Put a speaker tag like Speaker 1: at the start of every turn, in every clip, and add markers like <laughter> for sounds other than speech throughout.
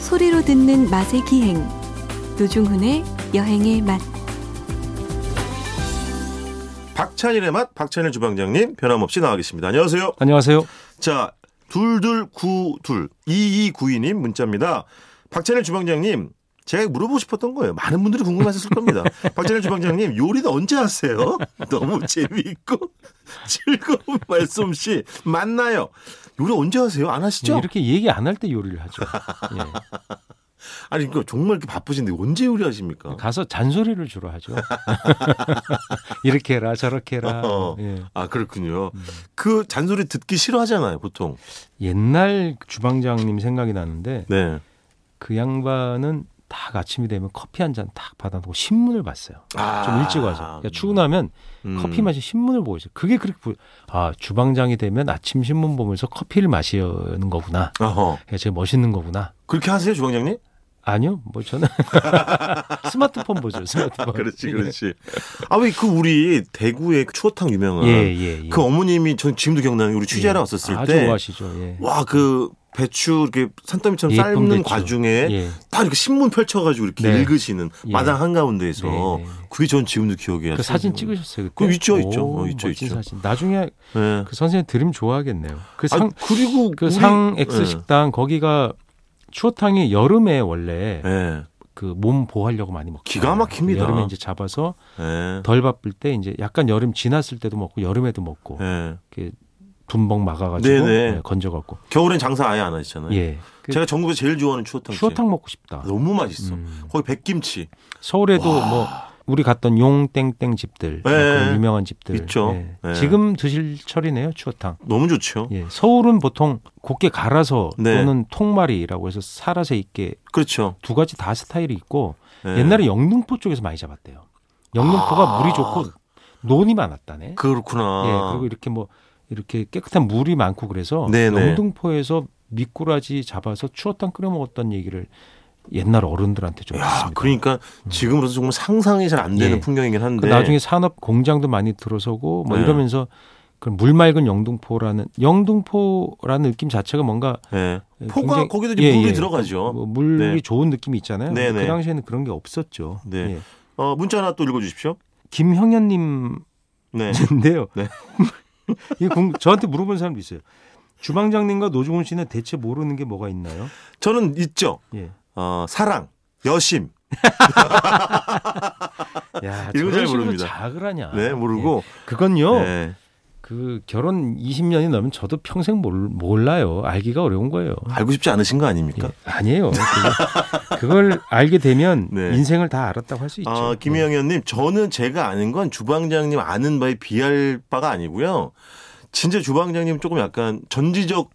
Speaker 1: 소리로 듣는 맛의 기행 노중훈의 여행의 맛
Speaker 2: 박찬일의 맛 박찬일 주방장님 변함없이 나와 계십니다. 안녕하세요.
Speaker 3: 안녕하세요.
Speaker 2: 자, 둘둘구둘 2292님 문자입니다. 박찬일 주방장님, 제가 물어보고 싶었던 거예요. 많은 분들이 궁금하셨을
Speaker 3: <laughs>
Speaker 2: 겁니다. 박찬일 주방장님, 요리는 언제 하세요? <laughs> 너무 재미있고 <laughs> 즐거운 말씀씨 만나요. 요리 언제 하세요? 안
Speaker 3: 예,
Speaker 2: 하시죠?
Speaker 3: 이렇게 얘기 안 할 때 요리를 하죠. 예.
Speaker 2: 아니, 그러니까 정말 이렇게 바쁘신데 언제 요리하십니까?
Speaker 3: 가서 잔소리를 주로 하죠. <laughs> 이렇게 해라 저렇게 해라.
Speaker 2: 어.
Speaker 3: 예.
Speaker 2: 아, 그렇군요. 그 잔소리 듣기 싫어하잖아요, 보통.
Speaker 3: 옛날 주방장님 생각이 나는데
Speaker 2: 네.
Speaker 3: 그 양반은 딱 아침이 되면 커피 한 잔 딱 받아놓고 신문을 봤어요.
Speaker 2: 아.
Speaker 3: 좀 일찍 와서. 그러니까 출근하면
Speaker 2: 음.
Speaker 3: 커피 마시 신문을 보고 있어요. 그게 그렇게 보... 아 주방장이 되면 아침 신문 보면서 커피를 마시는 거구나.
Speaker 2: 어허.
Speaker 3: 그게 제일 멋있는 거구나.
Speaker 2: 그렇게 하세요, 주방장님?
Speaker 3: 아니요, 뭐 저는 <laughs> 스마트폰 보죠. 스마트폰.
Speaker 2: 그렇지, 그렇지. 아, 왜 그 우리 대구의 그 추어탕 유명한
Speaker 3: 예예 예.
Speaker 2: 그 어머님이 전 지금도 기억나는 게 우리 취재하러 왔었을
Speaker 3: 아주
Speaker 2: 때,
Speaker 3: 좋아하시죠. 예.
Speaker 2: 와 그 배추 이렇게 산더미처럼
Speaker 3: 예쁜
Speaker 2: 삶는
Speaker 3: 배추.
Speaker 2: 과중에
Speaker 3: 예.
Speaker 2: 딱 이렇게 신문 펼쳐가지고 이렇게
Speaker 3: 네.
Speaker 2: 읽으시는
Speaker 3: 예.
Speaker 2: 마당 한 가운데에서
Speaker 3: 네, 네.
Speaker 2: 그게 전 지금도 기억이
Speaker 3: 그
Speaker 2: 나요.
Speaker 3: 사진 찍으셨어요 그때?
Speaker 2: 그거 있죠, 있죠.
Speaker 3: 오,
Speaker 2: 어, 있죠,
Speaker 3: 멋진
Speaker 2: 있죠.
Speaker 3: 사진. 나중에
Speaker 2: 네.
Speaker 3: 그 선생님 들으면 좋아하겠네요. 그
Speaker 2: 아,
Speaker 3: 상
Speaker 2: 그리고
Speaker 3: 그
Speaker 2: 우리-
Speaker 3: 상 X
Speaker 2: 네.
Speaker 3: 식당 거기가 추어탕이 여름에 원래
Speaker 2: 네.
Speaker 3: 그 몸 보호하려고 많이 먹고
Speaker 2: 기가 막힙니다.
Speaker 3: 여름에 이제 잡아서
Speaker 2: 네.
Speaker 3: 덜 바쁠 때 이제 약간 여름 지났을 때도 먹고 여름에도 먹고
Speaker 2: 네.
Speaker 3: 이렇게 분봉 막아가지고
Speaker 2: 네, 네.
Speaker 3: 예, 건져갖고
Speaker 2: 겨울엔 장사 아예 안 하시잖아요.
Speaker 3: 예 그
Speaker 2: 제가 전국에서 제일 좋아하는 추어탕.
Speaker 3: 추어탕 먹고 싶다.
Speaker 2: 너무 맛있어.
Speaker 3: 음.
Speaker 2: 거기 백김치
Speaker 3: 서울에도 뭐 우리 갔던 용땡땡 집들 뭐
Speaker 2: 예,
Speaker 3: 그런
Speaker 2: 예.
Speaker 3: 유명한 집들
Speaker 2: 있죠.
Speaker 3: 예.
Speaker 2: 예.
Speaker 3: 지금 드실 철이네요 추어탕.
Speaker 2: 너무 좋죠.
Speaker 3: 예, 서울은 보통 곱게 갈아서
Speaker 2: 네.
Speaker 3: 또는 통마리라고 해서 살아서 익게
Speaker 2: 그렇죠.
Speaker 3: 두 가지 다 스타일이 있고
Speaker 2: 예.
Speaker 3: 옛날에 영등포 쪽에서 많이 잡았대요. 영등포가
Speaker 2: 아.
Speaker 3: 물이 좋고 논이 많았다네.
Speaker 2: 그렇구나. 아.
Speaker 3: 예, 그리고 이렇게 뭐 이렇게 깨끗한 물이 많고 그래서
Speaker 2: 네네.
Speaker 3: 영등포에서 미꾸라지 잡아서 추어탕 끓여 먹었던 얘기를 옛날 어른들한테 좀
Speaker 2: 야,
Speaker 3: 했습니다. 음.
Speaker 2: 그러니까 지금으로서 정말 상상이 잘 안 되는
Speaker 3: 예.
Speaker 2: 풍경이긴
Speaker 3: 그
Speaker 2: 한데.
Speaker 3: 나중에 산업 공장도 많이 들어서고 뭐
Speaker 2: 네.
Speaker 3: 이러면서 그물 맑은 영등포라는 영등포라는 느낌 자체가 뭔가
Speaker 2: 예.
Speaker 3: 예,
Speaker 2: 포가
Speaker 3: 굉장히-
Speaker 2: 거기도 이제
Speaker 3: 예,
Speaker 2: 물이
Speaker 3: 예.
Speaker 2: 들어가죠.
Speaker 3: 뭐 물이
Speaker 2: 네.
Speaker 3: 좋은 느낌이 있잖아요.
Speaker 2: 네,
Speaker 3: 그
Speaker 2: 네.
Speaker 3: 당시에는 그런 게 없었죠.
Speaker 2: 네.
Speaker 3: 예.
Speaker 2: 어, 문자 하나 또 읽어주십시오.
Speaker 3: 김형현님인데요.
Speaker 2: 네. <laughs> 네.
Speaker 3: <laughs> 이거 궁- 저한테 물어본 사람도 있어요. 주방장님과 노종훈 씨는 대체 모르는 게 뭐가 있나요?
Speaker 2: 저는 있죠.
Speaker 3: 예.
Speaker 2: 어, 사랑, 여심.
Speaker 3: 야,
Speaker 2: <laughs> 이거 잘
Speaker 3: 저런 식으로
Speaker 2: 모릅니다.
Speaker 3: 자학을 하냐?
Speaker 2: 네, 모르고.
Speaker 3: 예. 그건요.
Speaker 2: 네.
Speaker 3: 그 결혼 20년이 넘으면 저도 평생 몰, 몰라요. 알기가 어려운 거예요.
Speaker 2: 알고 싶지 않으신 거
Speaker 3: 예,
Speaker 2: 아닙니까?
Speaker 3: 아니에요. 그거- 그걸 알게 되면
Speaker 2: 네.
Speaker 3: 인생을 다 알았다고 할 수 있죠.
Speaker 2: 아, 김영현님, 저는 제가 아는 건 주방장님 아는 바에 비할 바가 아니고요. 진짜 주방장님 조금 약간 전지적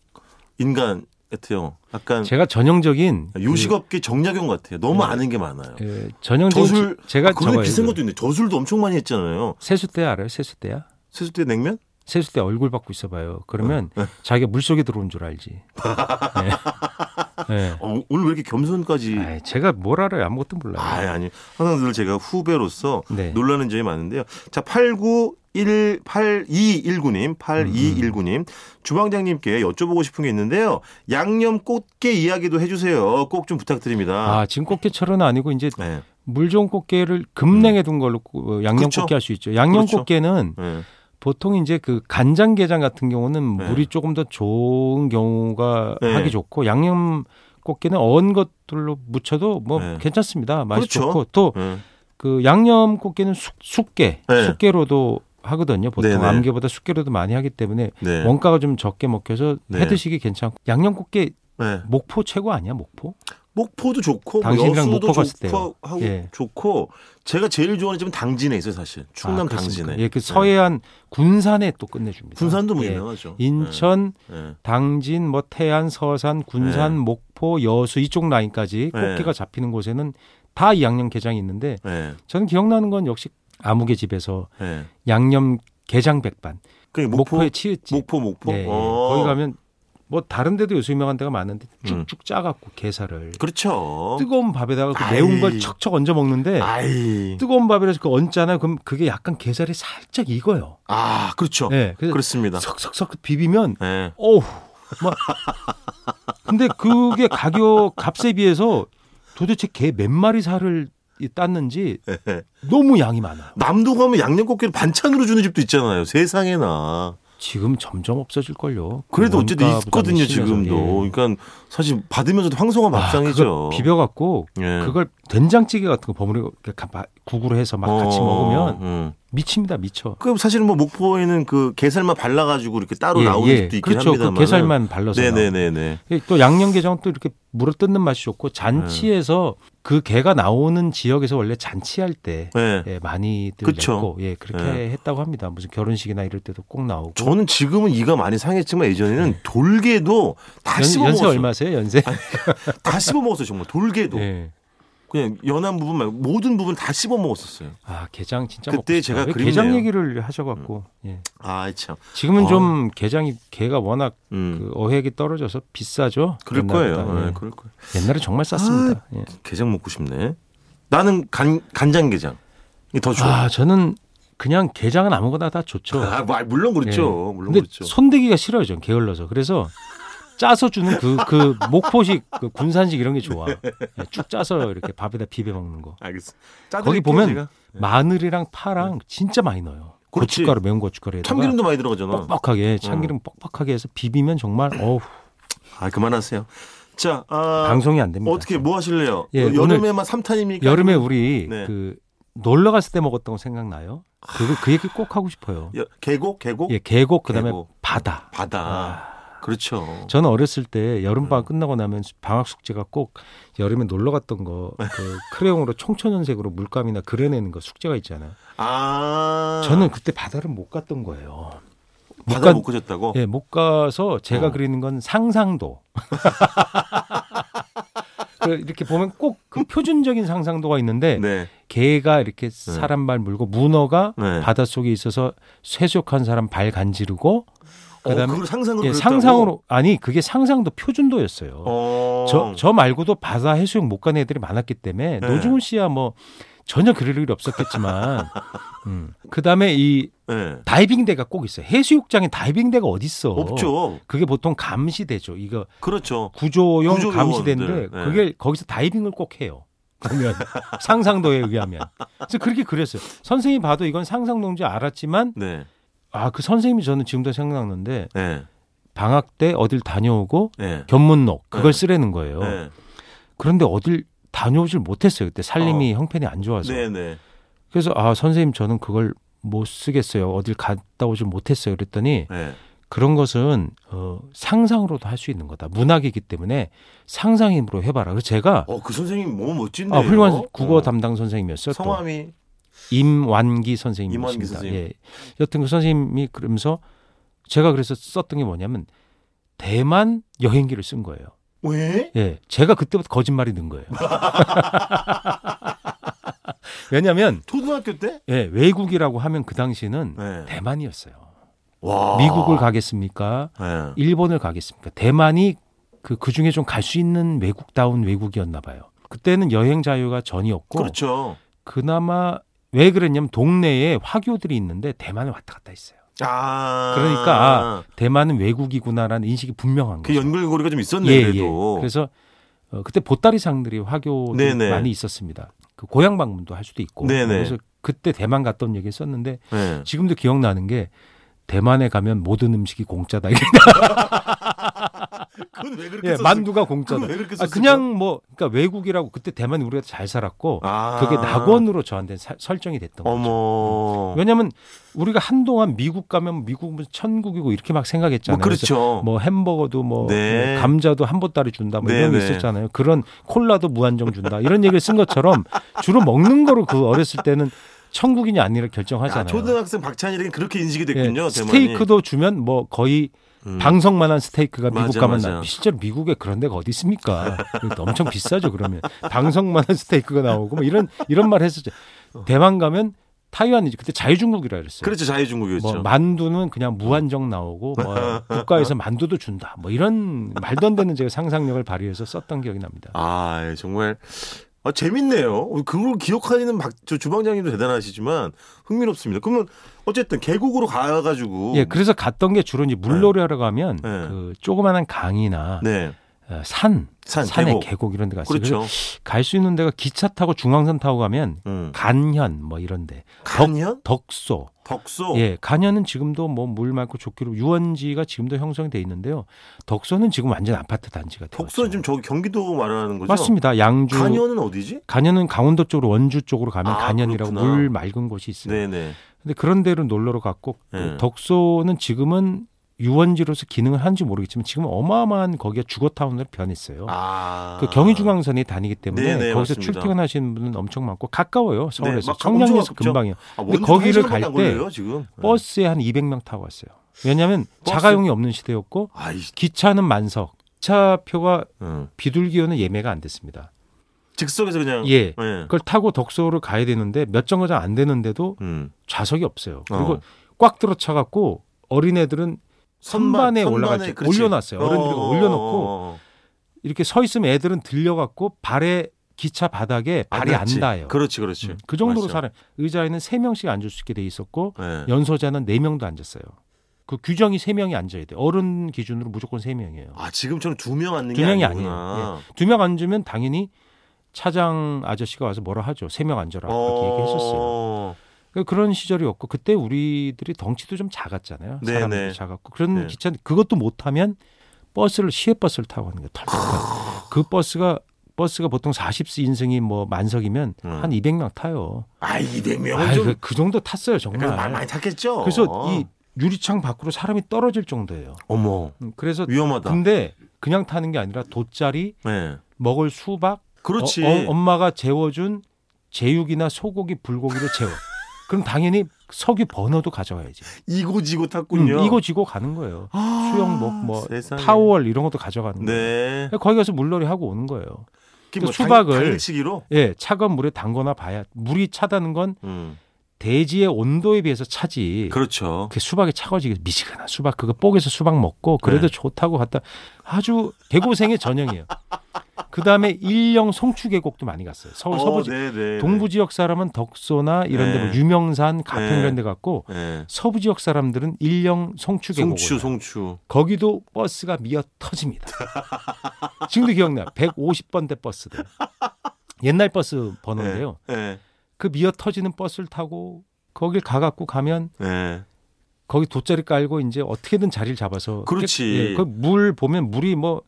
Speaker 2: 인간 같아요. 약간
Speaker 3: 네. 제가 네. 전형적인 그,
Speaker 2: 요식업계 정약용 같아요. 너무 아는 게 많아요.
Speaker 3: 예, 전형적인
Speaker 2: 저술
Speaker 3: 지- 제가
Speaker 2: 아, 그거는
Speaker 3: 저거예요.
Speaker 2: 비싼 것도 있는데 저술도 엄청 많이 했잖아요.
Speaker 3: 세수대 알아요? 세수대야?
Speaker 2: 세수대 냉면?
Speaker 3: 세수대 얼굴 받고 있어봐요. 그러면
Speaker 2: 네.
Speaker 3: 자기가 물 속에 들어온 줄 알지. 예.
Speaker 2: <laughs>
Speaker 3: 예.
Speaker 2: 어, 오늘 왜 이렇게 겸손까지?
Speaker 3: 네. 아이, 제가 뭘 알아요? 아무것도 몰라요.
Speaker 2: 아, 아니. 항상 늘 제가 후배로서
Speaker 3: 네.
Speaker 2: 놀라는 점이 많은데요. 자, 89182119님, 8219님. 주방장님께 여쭤보고 싶은 게 있는데요. 양념 꽃게 이야기도 해주세요. 꼭 좀 부탁드립니다.
Speaker 3: 아, 지금 꽃게철은 아니고 이제
Speaker 2: 네.
Speaker 3: 물 좋은 꽃게를 금냉해 둔 걸로 꾸- 어, 양념
Speaker 2: 그렇죠.
Speaker 3: 꽃게 할 수 있죠. 양념
Speaker 2: 그렇죠.
Speaker 3: 꽃게는
Speaker 2: 네.
Speaker 3: 보통 이제 그 간장 게장 같은 경우는
Speaker 2: 네.
Speaker 3: 물이 조금 더 좋은 경우가
Speaker 2: 네.
Speaker 3: 하기 좋고 양념 꽃게는 언 것들로 무쳐도 뭐
Speaker 2: 네.
Speaker 3: 괜찮습니다. 맛이
Speaker 2: 그렇죠.
Speaker 3: 좋고 또
Speaker 2: 네.
Speaker 3: 그 양념 꽃게는 숙, 숙게
Speaker 2: 네.
Speaker 3: 숙게로도 하거든요. 보통
Speaker 2: 네네.
Speaker 3: 암게보다 숙게로도 많이 하기 때문에
Speaker 2: 네.
Speaker 3: 원가가 좀 적게 먹혀서
Speaker 2: 네.
Speaker 3: 해 드시기 괜찮고 양념 꽃게
Speaker 2: 네.
Speaker 3: 목포 최고 아니야 목포?
Speaker 2: 목포도 좋고 뭐
Speaker 3: 당신이랑
Speaker 2: 여수도
Speaker 3: 목포 갔을
Speaker 2: 좋고 하고
Speaker 3: 예.
Speaker 2: 좋고 제가 제일 좋아하는 집은 당진에 있어요 사실 충남
Speaker 3: 아, 그렇습니까?
Speaker 2: 당진에 네.
Speaker 3: 예, 그 서해안 군산에 또 끝내줍니다.
Speaker 2: 군산도 뭐
Speaker 3: 예.
Speaker 2: 유명하죠
Speaker 3: 인천,
Speaker 2: 예. 예.
Speaker 3: 당진, 뭐 태안, 서산, 군산,
Speaker 2: 네.
Speaker 3: 목포, 여수 이쪽
Speaker 2: 네.
Speaker 3: 라인까지 꽃게가 잡히는 곳에는 다 이 양념 게장이 있는데
Speaker 2: 예.
Speaker 3: 저는 기억나는 건 역시 아무개 집에서
Speaker 2: 예.
Speaker 3: 양념 게장 백반
Speaker 2: 그 목포
Speaker 3: 목포의 치읓집
Speaker 2: 목포 목포
Speaker 3: 네,
Speaker 2: 어.
Speaker 3: 거기 가면 뭐 다른 데도 요새 유명한 데가 많은데
Speaker 2: 음.
Speaker 3: 쭉쭉 짜갖고 게살을
Speaker 2: 그렇죠
Speaker 3: 뜨거운 밥에다가 그 매운 걸
Speaker 2: 아이.
Speaker 3: 척척 얹어 먹는데
Speaker 2: 아이
Speaker 3: 뜨거운 밥이라서 그 얹잖아요. 그럼 그게 약간 게살이 살짝 익어요.
Speaker 2: 아 그렇죠
Speaker 3: 예. 네. 그래서
Speaker 2: 그렇습니다
Speaker 3: 석석석 비비면
Speaker 2: 예.
Speaker 3: 어우 막 근데 그게 가격 값에 비해서 도대체 개 몇 마리 살을 이 땄는지 너무 양이 많아.
Speaker 2: 예. 남도 가면 양념고기를 반찬으로 주는 집도 있잖아요. 세상에나.
Speaker 3: 지금 점점 없어질 걸요.
Speaker 2: 그래도 어쨌든 있거든요 지금도. 그러니까 사실 받으면서도 황송한 밥상이죠.
Speaker 3: 예. 아, 비벼갖고
Speaker 2: 예.
Speaker 3: 그걸 된장찌개 같은 거 버무려 이렇게 가- 바- 국으로 해서 막 같이
Speaker 2: 어,
Speaker 3: 먹으면
Speaker 2: 음.
Speaker 3: 미칩니다 미쳐.
Speaker 2: 그 사실은 뭐 목포에는 그 게살만 발라가지고 이렇게 따로
Speaker 3: 예,
Speaker 2: 나오는
Speaker 3: 예.
Speaker 2: 집도 있긴
Speaker 3: 그렇죠.
Speaker 2: 합니다만.
Speaker 3: 그 게살만 발라서. 나오는.
Speaker 2: 네네네네.
Speaker 3: 또 양념게장 또 이렇게 물어 뜯는 맛이 좋고 잔치에서 그 게가 나오는 지역에서 원래 잔치할 때
Speaker 2: 네.
Speaker 3: 예, 많이들
Speaker 2: 그쵸.
Speaker 3: 냈고 예 그렇게
Speaker 2: 예.
Speaker 3: 했다고 합니다. 무슨 결혼식이나 이럴 때도 꼭 나오고.
Speaker 2: 저는 지금은 이가 많이 상했지만 예전에는 돌게도 다 씹어
Speaker 3: 네. 연, 연세
Speaker 2: 먹었어요.
Speaker 3: 얼마세요? 연세?
Speaker 2: 다 씹어 먹었어요 정말 돌게도
Speaker 3: 예.
Speaker 2: 그냥 연한 부분 말고 모든 부분 다 씹어 먹었었어요.
Speaker 3: 아 게장 진짜
Speaker 2: 그때
Speaker 3: 먹고 싶다.
Speaker 2: 제가
Speaker 3: 왜
Speaker 2: 그립네요.
Speaker 3: 게장 얘기를 하셔갖고 예.
Speaker 2: 아 참.
Speaker 3: 지금은
Speaker 2: 아.
Speaker 3: 좀 게장이 게가 워낙
Speaker 2: 음.
Speaker 3: 그 어획이 떨어져서 비싸죠.
Speaker 2: 그럴
Speaker 3: 옛날보다.
Speaker 2: 거예요.
Speaker 3: 예.
Speaker 2: 예, 그럴 아, 거예요.
Speaker 3: 옛날에 정말 쌌습니다. 예.
Speaker 2: 게장 먹고 싶네. 나는 간 간장 게장. 이게 더 좋아.
Speaker 3: 아 저는 그냥 게장은 아무거나 다 좋죠.
Speaker 2: 아, 뭐, 아니, 물론 그렇죠.
Speaker 3: 예.
Speaker 2: 물론
Speaker 3: 근데
Speaker 2: 그렇죠.
Speaker 3: 손대기가 싫어요, 전 게을러서. 그래서 짜서 주는 그, 그 목포식, 그 군산식 이런 게 좋아. 예, 쭉 짜서 이렇게 밥에다 비벼 먹는 거.
Speaker 2: 알겠어.
Speaker 3: 거기 보면 마늘이랑 파랑 진짜 많이 넣어요.
Speaker 2: 네. 그렇지.
Speaker 3: 고춧가루, 매운 고춧가루에다가
Speaker 2: 참기름도 음. 많이 들어가잖아.
Speaker 3: 뻑뻑하게 참기름 뻑뻑하게 해서 비비면 정말 어우
Speaker 2: 아 그만하세요. 자, 아,
Speaker 3: 방송이 안 됩니다.
Speaker 2: 어떻게 뭐 하실래요?
Speaker 3: 예,
Speaker 2: 어,
Speaker 3: 오늘
Speaker 2: 여름에만 삼탄입니까
Speaker 3: 여름에 우리
Speaker 2: 네.
Speaker 3: 그 놀러 갔을 때 먹었던 거 생각나요? 그거 그 얘기 꼭 하고 싶어요.
Speaker 2: 계곡 계곡
Speaker 3: 예, 계곡 그다음에
Speaker 2: 계곡.
Speaker 3: 바다.
Speaker 2: 바다. 그렇죠.
Speaker 3: 아. 저는 어렸을 때
Speaker 2: 음.
Speaker 3: 여름방학 끝나고 나면 방학 숙제가 꼭 여름에 놀러 갔던 거
Speaker 2: <laughs>
Speaker 3: 그 크레용으로 총천연색으로 물감이나 그려내는 거 숙제가 있잖아요.
Speaker 2: 아
Speaker 3: 저는 그때 바다를 못 갔던 거예요. 못
Speaker 2: 바다
Speaker 3: 간-
Speaker 2: 못 가셨다고.
Speaker 3: 예, 못 가서 제가
Speaker 2: 어.
Speaker 3: 그리는 건
Speaker 2: <laughs>
Speaker 3: 상상도. 그 이렇게 보면 꼭 그 표준적인 상상도가 있는데
Speaker 2: 네.
Speaker 3: 개가 이렇게 사람 발 물고 문어가
Speaker 2: 네.
Speaker 3: 바닷속에 있어서 쇠족한 사람 발 간지르고
Speaker 2: 어,
Speaker 3: 그다음에
Speaker 2: 그걸 상상으로
Speaker 3: 예,
Speaker 2: 그렸다고?
Speaker 3: 상상으로 아니 그게 상상도 표준도였어요.
Speaker 2: 어.
Speaker 3: 저, 저 말고도 바다 해수욕 못 가는 애들이 많았기 때문에
Speaker 2: 네.
Speaker 3: 노중훈 씨야 뭐 전혀 그럴
Speaker 2: <laughs>
Speaker 3: 일이 없었겠지만 음. 그다음에 이
Speaker 2: 예.
Speaker 3: 다이빙대가 꼭 있어요. 해수욕장에 다이빙대가 어디 있어?
Speaker 2: 없죠.
Speaker 3: 그게 보통 감시대죠. 이거
Speaker 2: 그렇죠.
Speaker 3: 구조용
Speaker 2: 구조
Speaker 3: 감시대인데
Speaker 2: 요원들, 네.
Speaker 3: 그게 거기서 다이빙을 꼭 해요. 보면 <laughs> 상상도에 의하면 그래서 그렇게 그렸어요. 선생님이 봐도 이건 상상도인지 알았지만
Speaker 2: 네.
Speaker 3: 아 그 선생님이 저는 지금도 생각나는데
Speaker 2: 네.
Speaker 3: 방학 때 어딜 다녀오고
Speaker 2: 네.
Speaker 3: 견문록 그걸
Speaker 2: 네.
Speaker 3: 쓰라는 거예요.
Speaker 2: 네.
Speaker 3: 그런데 어딜 다녀오질 못했어요. 그때 살림이 형편이 안 좋아서.
Speaker 2: 네. 네.
Speaker 3: 그래서 아 선생님 저는 그걸 못 쓰겠어요. 어딜 갔다 오질 못했어요. 그랬더니
Speaker 2: 네.
Speaker 3: 그런 것은 어, 상상으로도 할 수 있는 거다. 문학이기 때문에 상상임으로 해봐라. 그래서 제가
Speaker 2: 어, 그 선생님 너무 멋진데요.
Speaker 3: 아, 훌륭한 국어
Speaker 2: 어.
Speaker 3: 담당 선생님이었어요. 또.
Speaker 2: 성함이
Speaker 3: 임완기
Speaker 2: 임완기
Speaker 3: 선생님이었습니다.
Speaker 2: 선생님.
Speaker 3: 예. 여튼 그 선생님이 그러면서 제가 그래서 썼던 게 뭐냐면 대만 여행기를 쓴 거예요.
Speaker 2: 왜?
Speaker 3: 예, 제가 그때부터 거짓말이 는
Speaker 2: <laughs>
Speaker 3: 거예요. 왜냐하면
Speaker 2: 초등학교 때?
Speaker 3: 예, 외국이라고 하면 그 당시는
Speaker 2: 네. 아.
Speaker 3: 대만이었어요.
Speaker 2: 와.
Speaker 3: 미국을 가겠습니까?
Speaker 2: 네.
Speaker 3: 일본을 가겠습니까? 대만이 그, 그 중에 좀 갈 수 있는 외국다운 외국이었나 봐요. 그때는 여행 자유가 전이었고
Speaker 2: 그렇죠.
Speaker 3: 그나마왜 그랬냐면 동네에 화교들이 있는데 대만을 왔다 갔다 했어요.
Speaker 2: 아.
Speaker 3: 그러니까 대만은 외국이구나라는 인식이 분명한
Speaker 2: 그
Speaker 3: 거죠.
Speaker 2: 연결고리가 좀 있었네 그래도.
Speaker 3: 예, 그래서 어, 그때 보따리상들이 화교
Speaker 2: 네네.
Speaker 3: 많이 있었습니다. 그 고향 방문도 할 수도 있고.
Speaker 2: 네네.
Speaker 3: 그래서 그때 대만 갔던 얘기 썼는데
Speaker 2: 네.
Speaker 3: 지금도 기억나는 게 대만에 가면 모든 음식이 공짜다. 이게
Speaker 2: 그건 왜 그렇게
Speaker 3: 예,
Speaker 2: 썼을까?
Speaker 3: <laughs> 만두가 공짜다.
Speaker 2: 네, 그건 왜 그렇게
Speaker 3: 아,
Speaker 2: 썼을까?
Speaker 3: 그냥 뭐 그러니까 외국이라고 그때 대만 우리가 잘 살았고
Speaker 2: 아.
Speaker 3: 그게 낙원으로 저한테 사- 설정이 됐던 거예요.
Speaker 2: 어머.
Speaker 3: 왜냐하면 우리가 한동안 미국 가면 미국은 천국이고 이렇게 막 생각했잖아요.
Speaker 2: 뭐 그렇죠.
Speaker 3: 그래서 뭐 햄버거도 뭐
Speaker 2: 네.
Speaker 3: 감자도 한 보따리 준다 뭐 이런 게
Speaker 2: 네네.
Speaker 3: 있었잖아요. 그런 콜라도 무한정 준다 이런 얘기를 쓴 것처럼 주로 먹는 거로 그 어렸을 때는 천국이냐 아니냐 결정하잖아요.
Speaker 2: 아, 초등학생 박찬일에게 그렇게 인식이
Speaker 3: 예,
Speaker 2: 됐군요. 대만이.
Speaker 3: 스테이크도 주면 뭐 거의
Speaker 2: 음.
Speaker 3: 방석만한 스테이크가 미국
Speaker 2: 맞아,
Speaker 3: 가면
Speaker 2: 맞아.
Speaker 3: 나 실제로 미국에 그런 데가 어디 있습니까? 그러니까 엄청 비싸죠 그러면 방석만한 스테이크가 나오고 뭐 이런 이런 말 했었죠. 대만 가면 타이완이지 그때 자유중국이라 그랬어요.
Speaker 2: 그렇죠. 자유중국이었죠.
Speaker 3: 뭐 만두는 그냥 무한정 나오고 뭐 국가에서 만두도 준다 뭐 이런 말도 안 되는 제가 상상력을 발휘해서 썼던 기억이 납니다.
Speaker 2: 아, 예, 정말 아, 재밌네요. 어, 그걸 기억하시는 박, 저 주방장님도 대단하시지만 흥미롭습니다. 그러면 어쨌든 계곡으로 가가지고
Speaker 3: 그 예, 그래서 갔던 게 주로 이제 물놀이하러 가면
Speaker 2: 아, 네.
Speaker 3: 그 조그마한 강이나
Speaker 2: 네,
Speaker 3: 어, 산,
Speaker 2: 산,
Speaker 3: 산에
Speaker 2: 계곡.
Speaker 3: 계곡. 이런 데 갔어요.
Speaker 2: 그렇죠.
Speaker 3: 갈 수 있는 데가 기차 타고 중앙선 타고 가면
Speaker 2: 음.
Speaker 3: 간현 뭐 이런 데
Speaker 2: 간현?
Speaker 3: 덕소
Speaker 2: 덕소.
Speaker 3: 예, 간현은 지금도 뭐 물 맑고 좋기로 유원지가 지금도 형성이 돼 있는데요. 덕소는 지금 완전 아파트 단지가 되었죠.
Speaker 2: 덕소는 지금 저기 경기도 말하는 거죠?
Speaker 3: 맞습니다. 양주
Speaker 2: 간현은 어디지?
Speaker 3: 간현은 강원도 쪽으로 원주 쪽으로 가면
Speaker 2: 아,
Speaker 3: 간현이라고
Speaker 2: 그렇구나.
Speaker 3: 물 맑은 곳이 있어요.
Speaker 2: 네네.
Speaker 3: 근데 그런 데로 놀러로 갔고 또
Speaker 2: 네. 덕
Speaker 3: 덕소는 지금은 유원지로서 기능을 하는지 모르겠지만 지금 어마어마한 거기가 주거타운으로 변했어요.
Speaker 2: 아.
Speaker 3: 그 경의중앙선이 다니기 때문에
Speaker 2: 네네,
Speaker 3: 거기서
Speaker 2: 맞습니다.
Speaker 3: 출퇴근하시는 분은 엄청 많고 가까워요
Speaker 2: 네, 막
Speaker 3: 서울에서
Speaker 2: 엄청
Speaker 3: 청량리에서
Speaker 2: 가깝죠.
Speaker 3: 금방이요.
Speaker 2: 아,
Speaker 3: 근데
Speaker 2: 원주
Speaker 3: 거기를
Speaker 2: 한 시간밖에
Speaker 3: 갈
Speaker 2: 안
Speaker 3: 때
Speaker 2: 걸려요, 지금.
Speaker 3: 버스에 한 200명 타고 왔어요. 왜냐하면
Speaker 2: 버스?
Speaker 3: 자가용이 없는 시대였고
Speaker 2: 아이.
Speaker 3: 기차는 만석, 차표가
Speaker 2: 음.
Speaker 3: 비둘기호는 예매가 안 됐습니다.
Speaker 2: 즉석에서 그냥. 네.
Speaker 3: 예. 그걸 타고 덕소를 가야 되는데 몇 정거장 안 되는데도
Speaker 2: 음.
Speaker 3: 좌석이 없어요. 그리고
Speaker 2: 어.
Speaker 3: 꽉 들어차 갖고 어린애들은 선반에 올라가죠.
Speaker 2: 그렇지.
Speaker 3: 올려놨어요. 어른들이
Speaker 2: 어,
Speaker 3: 올려놓고
Speaker 2: 어, 어, 어.
Speaker 3: 이렇게 서 있으면 애들은 들려갖고 발에 기차 바닥에 발이 안
Speaker 2: 닿지.
Speaker 3: 닿아요. 그,
Speaker 2: 그렇지, 그렇지.
Speaker 3: 정도로
Speaker 2: 맞아.
Speaker 3: 사람 의자에는 세명씩 앉을 수 있게 돼 있었고
Speaker 2: 예.
Speaker 3: 연소자는 네명도 앉았어요. 그 규정이 세명이 앉아야 돼요. 어른 기준으로 무조건 세명이에요
Speaker 2: 아 지금처럼 두 명 앉는
Speaker 3: 두 명이
Speaker 2: 게 아니구나.
Speaker 3: 아니에요. 예, 두 명 앉으면 당연히 차장 아저씨가 와서 뭐라 하죠. 세 명 앉아라.
Speaker 2: 어.
Speaker 3: 그렇게 얘기했었어요. 그러니까 그런 시절이었고 그때 우리들이 덩치도 좀 작았잖아요.
Speaker 2: 네,
Speaker 3: 사람도
Speaker 2: 네.
Speaker 3: 작았고 그런
Speaker 2: 네.
Speaker 3: 기차 그것도 못하면 버스를 시외 버스를 타고 가는 거예요.
Speaker 2: 아.
Speaker 3: 털털털. 그 버스가 버스가 보통 40세 인승이 뭐 만석이면
Speaker 2: 음.
Speaker 3: 한 200명 타요.
Speaker 2: 아 200명은
Speaker 3: 아이,
Speaker 2: 좀
Speaker 3: 그, 그 정도 탔어요
Speaker 2: 그래도 많이, 많이
Speaker 3: 정말.
Speaker 2: 탔겠죠. 어.
Speaker 3: 그래서 이 유리창 밖으로 사람이 떨어질 정도예요.
Speaker 2: 어머
Speaker 3: 음, 그래서
Speaker 2: 위험하다.
Speaker 3: 근데 그냥 타는 게 아니라 돗자리,
Speaker 2: 네.
Speaker 3: 먹을 수박,
Speaker 2: 그렇지.
Speaker 3: 어, 어, 엄마가 재워준 제육이나 소고기, 불고기로 재워. 그럼 당연히 석유 버너도 가져가야지.
Speaker 2: 이고지고 탔군요.
Speaker 3: 음, 이거 지고 가는 거예요.
Speaker 2: 아,
Speaker 3: 수영복, 뭐
Speaker 2: 세상에.
Speaker 3: 타월 이런 것도 가져가는
Speaker 2: 네.
Speaker 3: 거예요. 거기 가서 물놀이 하고 오는 거예요.
Speaker 2: 이렇게
Speaker 3: 그
Speaker 2: 당-
Speaker 3: 수박을-
Speaker 2: 당일치기로.
Speaker 3: 예, 차가운 물에 담거나 봐야 물이 차다는 건
Speaker 2: 음.
Speaker 3: 대지의 온도에 비해서 차지.
Speaker 2: 그렇죠.
Speaker 3: 그 수박이 차가워지게 미지근한 수박 그거 뽀개서 수박 먹고 그래도
Speaker 2: 네.
Speaker 3: 좋다고 갖다 아주 개고생의 전형이에요. 그 다음에 일령 송추계곡도 많이 갔어요. 서울 서부 지
Speaker 2: 네네.
Speaker 3: 동부 지역 사람은 덕소나 이런 데뭐
Speaker 2: 네.
Speaker 3: 유명산, 가평
Speaker 2: 네.
Speaker 3: 이런 데 갔고
Speaker 2: 네.
Speaker 3: 서부 지역 사람들은 일령 송추계곡
Speaker 2: 송추 송추.
Speaker 3: 거기도 버스가 미어 터집니다. 지금도 기억나요. 150번대 버스들. 옛날 버스 번호인데요.
Speaker 2: 네.
Speaker 3: 그 미어 터지는 버스를 타고 거길 가갖고 가면
Speaker 2: 네.
Speaker 3: 거기 돗자리 깔고 이제 어떻게든 자리를 잡아서
Speaker 2: 그렇지.
Speaker 3: 예, 그물 보면 물이 뭐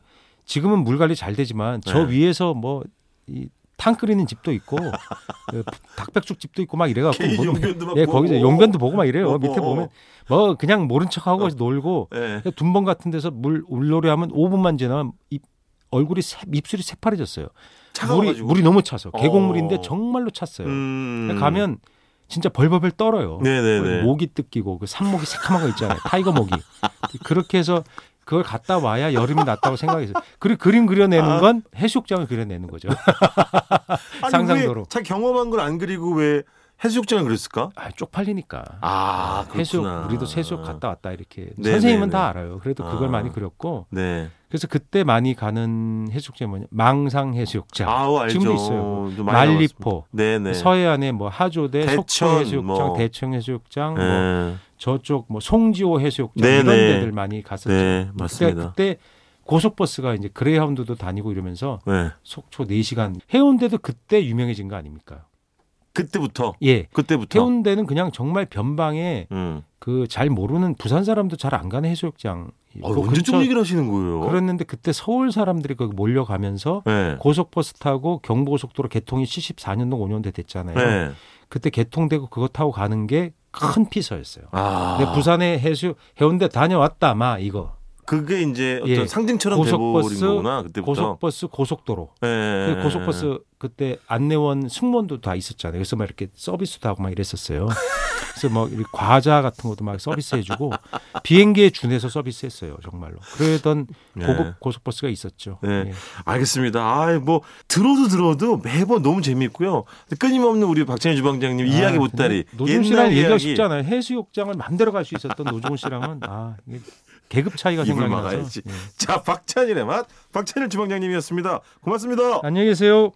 Speaker 3: 지금은 물 관리 잘 되지만 저
Speaker 2: 네.
Speaker 3: 위에서 뭐 뭐이탕 끓이는
Speaker 2: <laughs>
Speaker 3: 집도 있고 예, 닭백숙 집도 있고 막 이래갖고
Speaker 2: K
Speaker 3: 뭐-
Speaker 2: 용변도 막
Speaker 3: 예 거기서
Speaker 2: 보고.
Speaker 3: 용변도 보고 막 이래요
Speaker 2: 어,
Speaker 3: 밑에
Speaker 2: 어.
Speaker 3: 보면 뭐 그냥 모른 척하고 놀고
Speaker 2: 네.
Speaker 3: 둔번 같은 데서 물 올려려 하면 5분만 지나면 입, 얼굴이 새, 입술이 새파래졌어요 물이
Speaker 2: 차가워가지고.
Speaker 3: 물이 너무 차서
Speaker 2: 어.
Speaker 3: 계곡물인데 정말로 찼어요
Speaker 2: 음.
Speaker 3: 가면 진짜 벌벌벌 떨어요.
Speaker 2: 네네네.
Speaker 3: 목이 뜯기고 그 산목이 새카만 거 있잖아요. 타이거
Speaker 2: <laughs>
Speaker 3: 목이. 그렇게 해서 그걸 갔다 와야 여름이 낫다고 생각해서 그리고 그림
Speaker 2: 아.
Speaker 3: 그려내는 건 해수욕장을 그려내는 거죠.
Speaker 2: 아니,
Speaker 3: 상상도로.
Speaker 2: 왜자 경험한 걸 안 그리고 왜 해수욕장을 그랬을까?
Speaker 3: 아, 쪽팔리니까.
Speaker 2: 아,
Speaker 3: 해수욕
Speaker 2: 그렇구나.
Speaker 3: 우리도 해수욕 갔다 왔다 이렇게
Speaker 2: 네,
Speaker 3: 선생님은
Speaker 2: 네, 네.
Speaker 3: 다 알아요. 그래도 그걸
Speaker 2: 아.
Speaker 3: 많이 그렸고
Speaker 2: 네.
Speaker 3: 그래서 그때 많이 가는 해수욕장 이 뭐냐 망상 해수욕장,
Speaker 2: 아우 알죠.
Speaker 3: 지금도 있어요.
Speaker 2: 좀 많이
Speaker 3: 말리포,
Speaker 2: 나왔습니다. 네네.
Speaker 3: 서해안에 뭐 하조대,
Speaker 2: 대천,
Speaker 3: 속포 해수욕장,
Speaker 2: 뭐.
Speaker 3: 대청 해수욕장, 뭐
Speaker 2: 네.
Speaker 3: 저쪽 뭐 송지호 해수욕장
Speaker 2: 네네.
Speaker 3: 이런 데들 많이 갔었죠.
Speaker 2: 네,
Speaker 3: 그때,
Speaker 2: 맞습니다.
Speaker 3: 그러니까 그때 고속버스가 이제 그레이하운드도 다니고 이러면서
Speaker 2: 네.
Speaker 3: 속초 4시간 해운대도 그때 유명해진 거 아닙니까?
Speaker 2: 그때부터
Speaker 3: 예.
Speaker 2: 그때부터
Speaker 3: 해운대는 그냥 정말 변방에
Speaker 2: 음.
Speaker 3: 그 잘 모르는 부산 사람도 잘 안 가는 해수욕장.
Speaker 2: 어, 언제쯤 얘기를 하시는 거예요?
Speaker 3: 뭐 그랬는데 그때 서울 사람들이 거기 몰려가면서
Speaker 2: 네.
Speaker 3: 고속버스 타고 경부고속도로 개통이 74년도 5년대 됐잖아요.
Speaker 2: 네.
Speaker 3: 그때 개통되고 그거 타고 가는 게 큰 피서였어요.
Speaker 2: 아.
Speaker 3: 근데 부산에 해수 해운대 다녀왔다 마 이거.
Speaker 2: 그게 이제 어떤
Speaker 3: 예.
Speaker 2: 상징처럼
Speaker 3: 고속버스,
Speaker 2: 돼버린 거구나 그때부터.
Speaker 3: 고속버스 고속도로
Speaker 2: 네.
Speaker 3: 그 고속버스 그때 안내원 승무원도 다 있었잖아요 그래서 막 이렇게 서비스도 하고 막 이랬었어요 그래서 뭐 이렇게 과자 같은 것도 막 서비스해주고 비행기에 준해서 서비스했어요 정말로 그러던
Speaker 2: 네.
Speaker 3: 고급 고속버스가 있었죠
Speaker 2: 네.
Speaker 3: 예.
Speaker 2: 알겠습니다. 아, 뭐 들어도 들어도 매번 너무 재미있고요. 끊임없는 우리 박찬희 주방장님 이야기
Speaker 3: 아,
Speaker 2: 보따리
Speaker 3: 근데 노중훈 씨랑 얘기가 쉽지 않아요 해수욕장을 맘대로 갈 수 있었던 노중훈 씨랑은 아 이게 계급 차이가
Speaker 2: 입을
Speaker 3: 생각이 나서 예.
Speaker 2: 막아야지. 자, 박찬일의 맛 박찬일 주방장님이었습니다. 고맙습니다.
Speaker 3: 안녕히 계세요.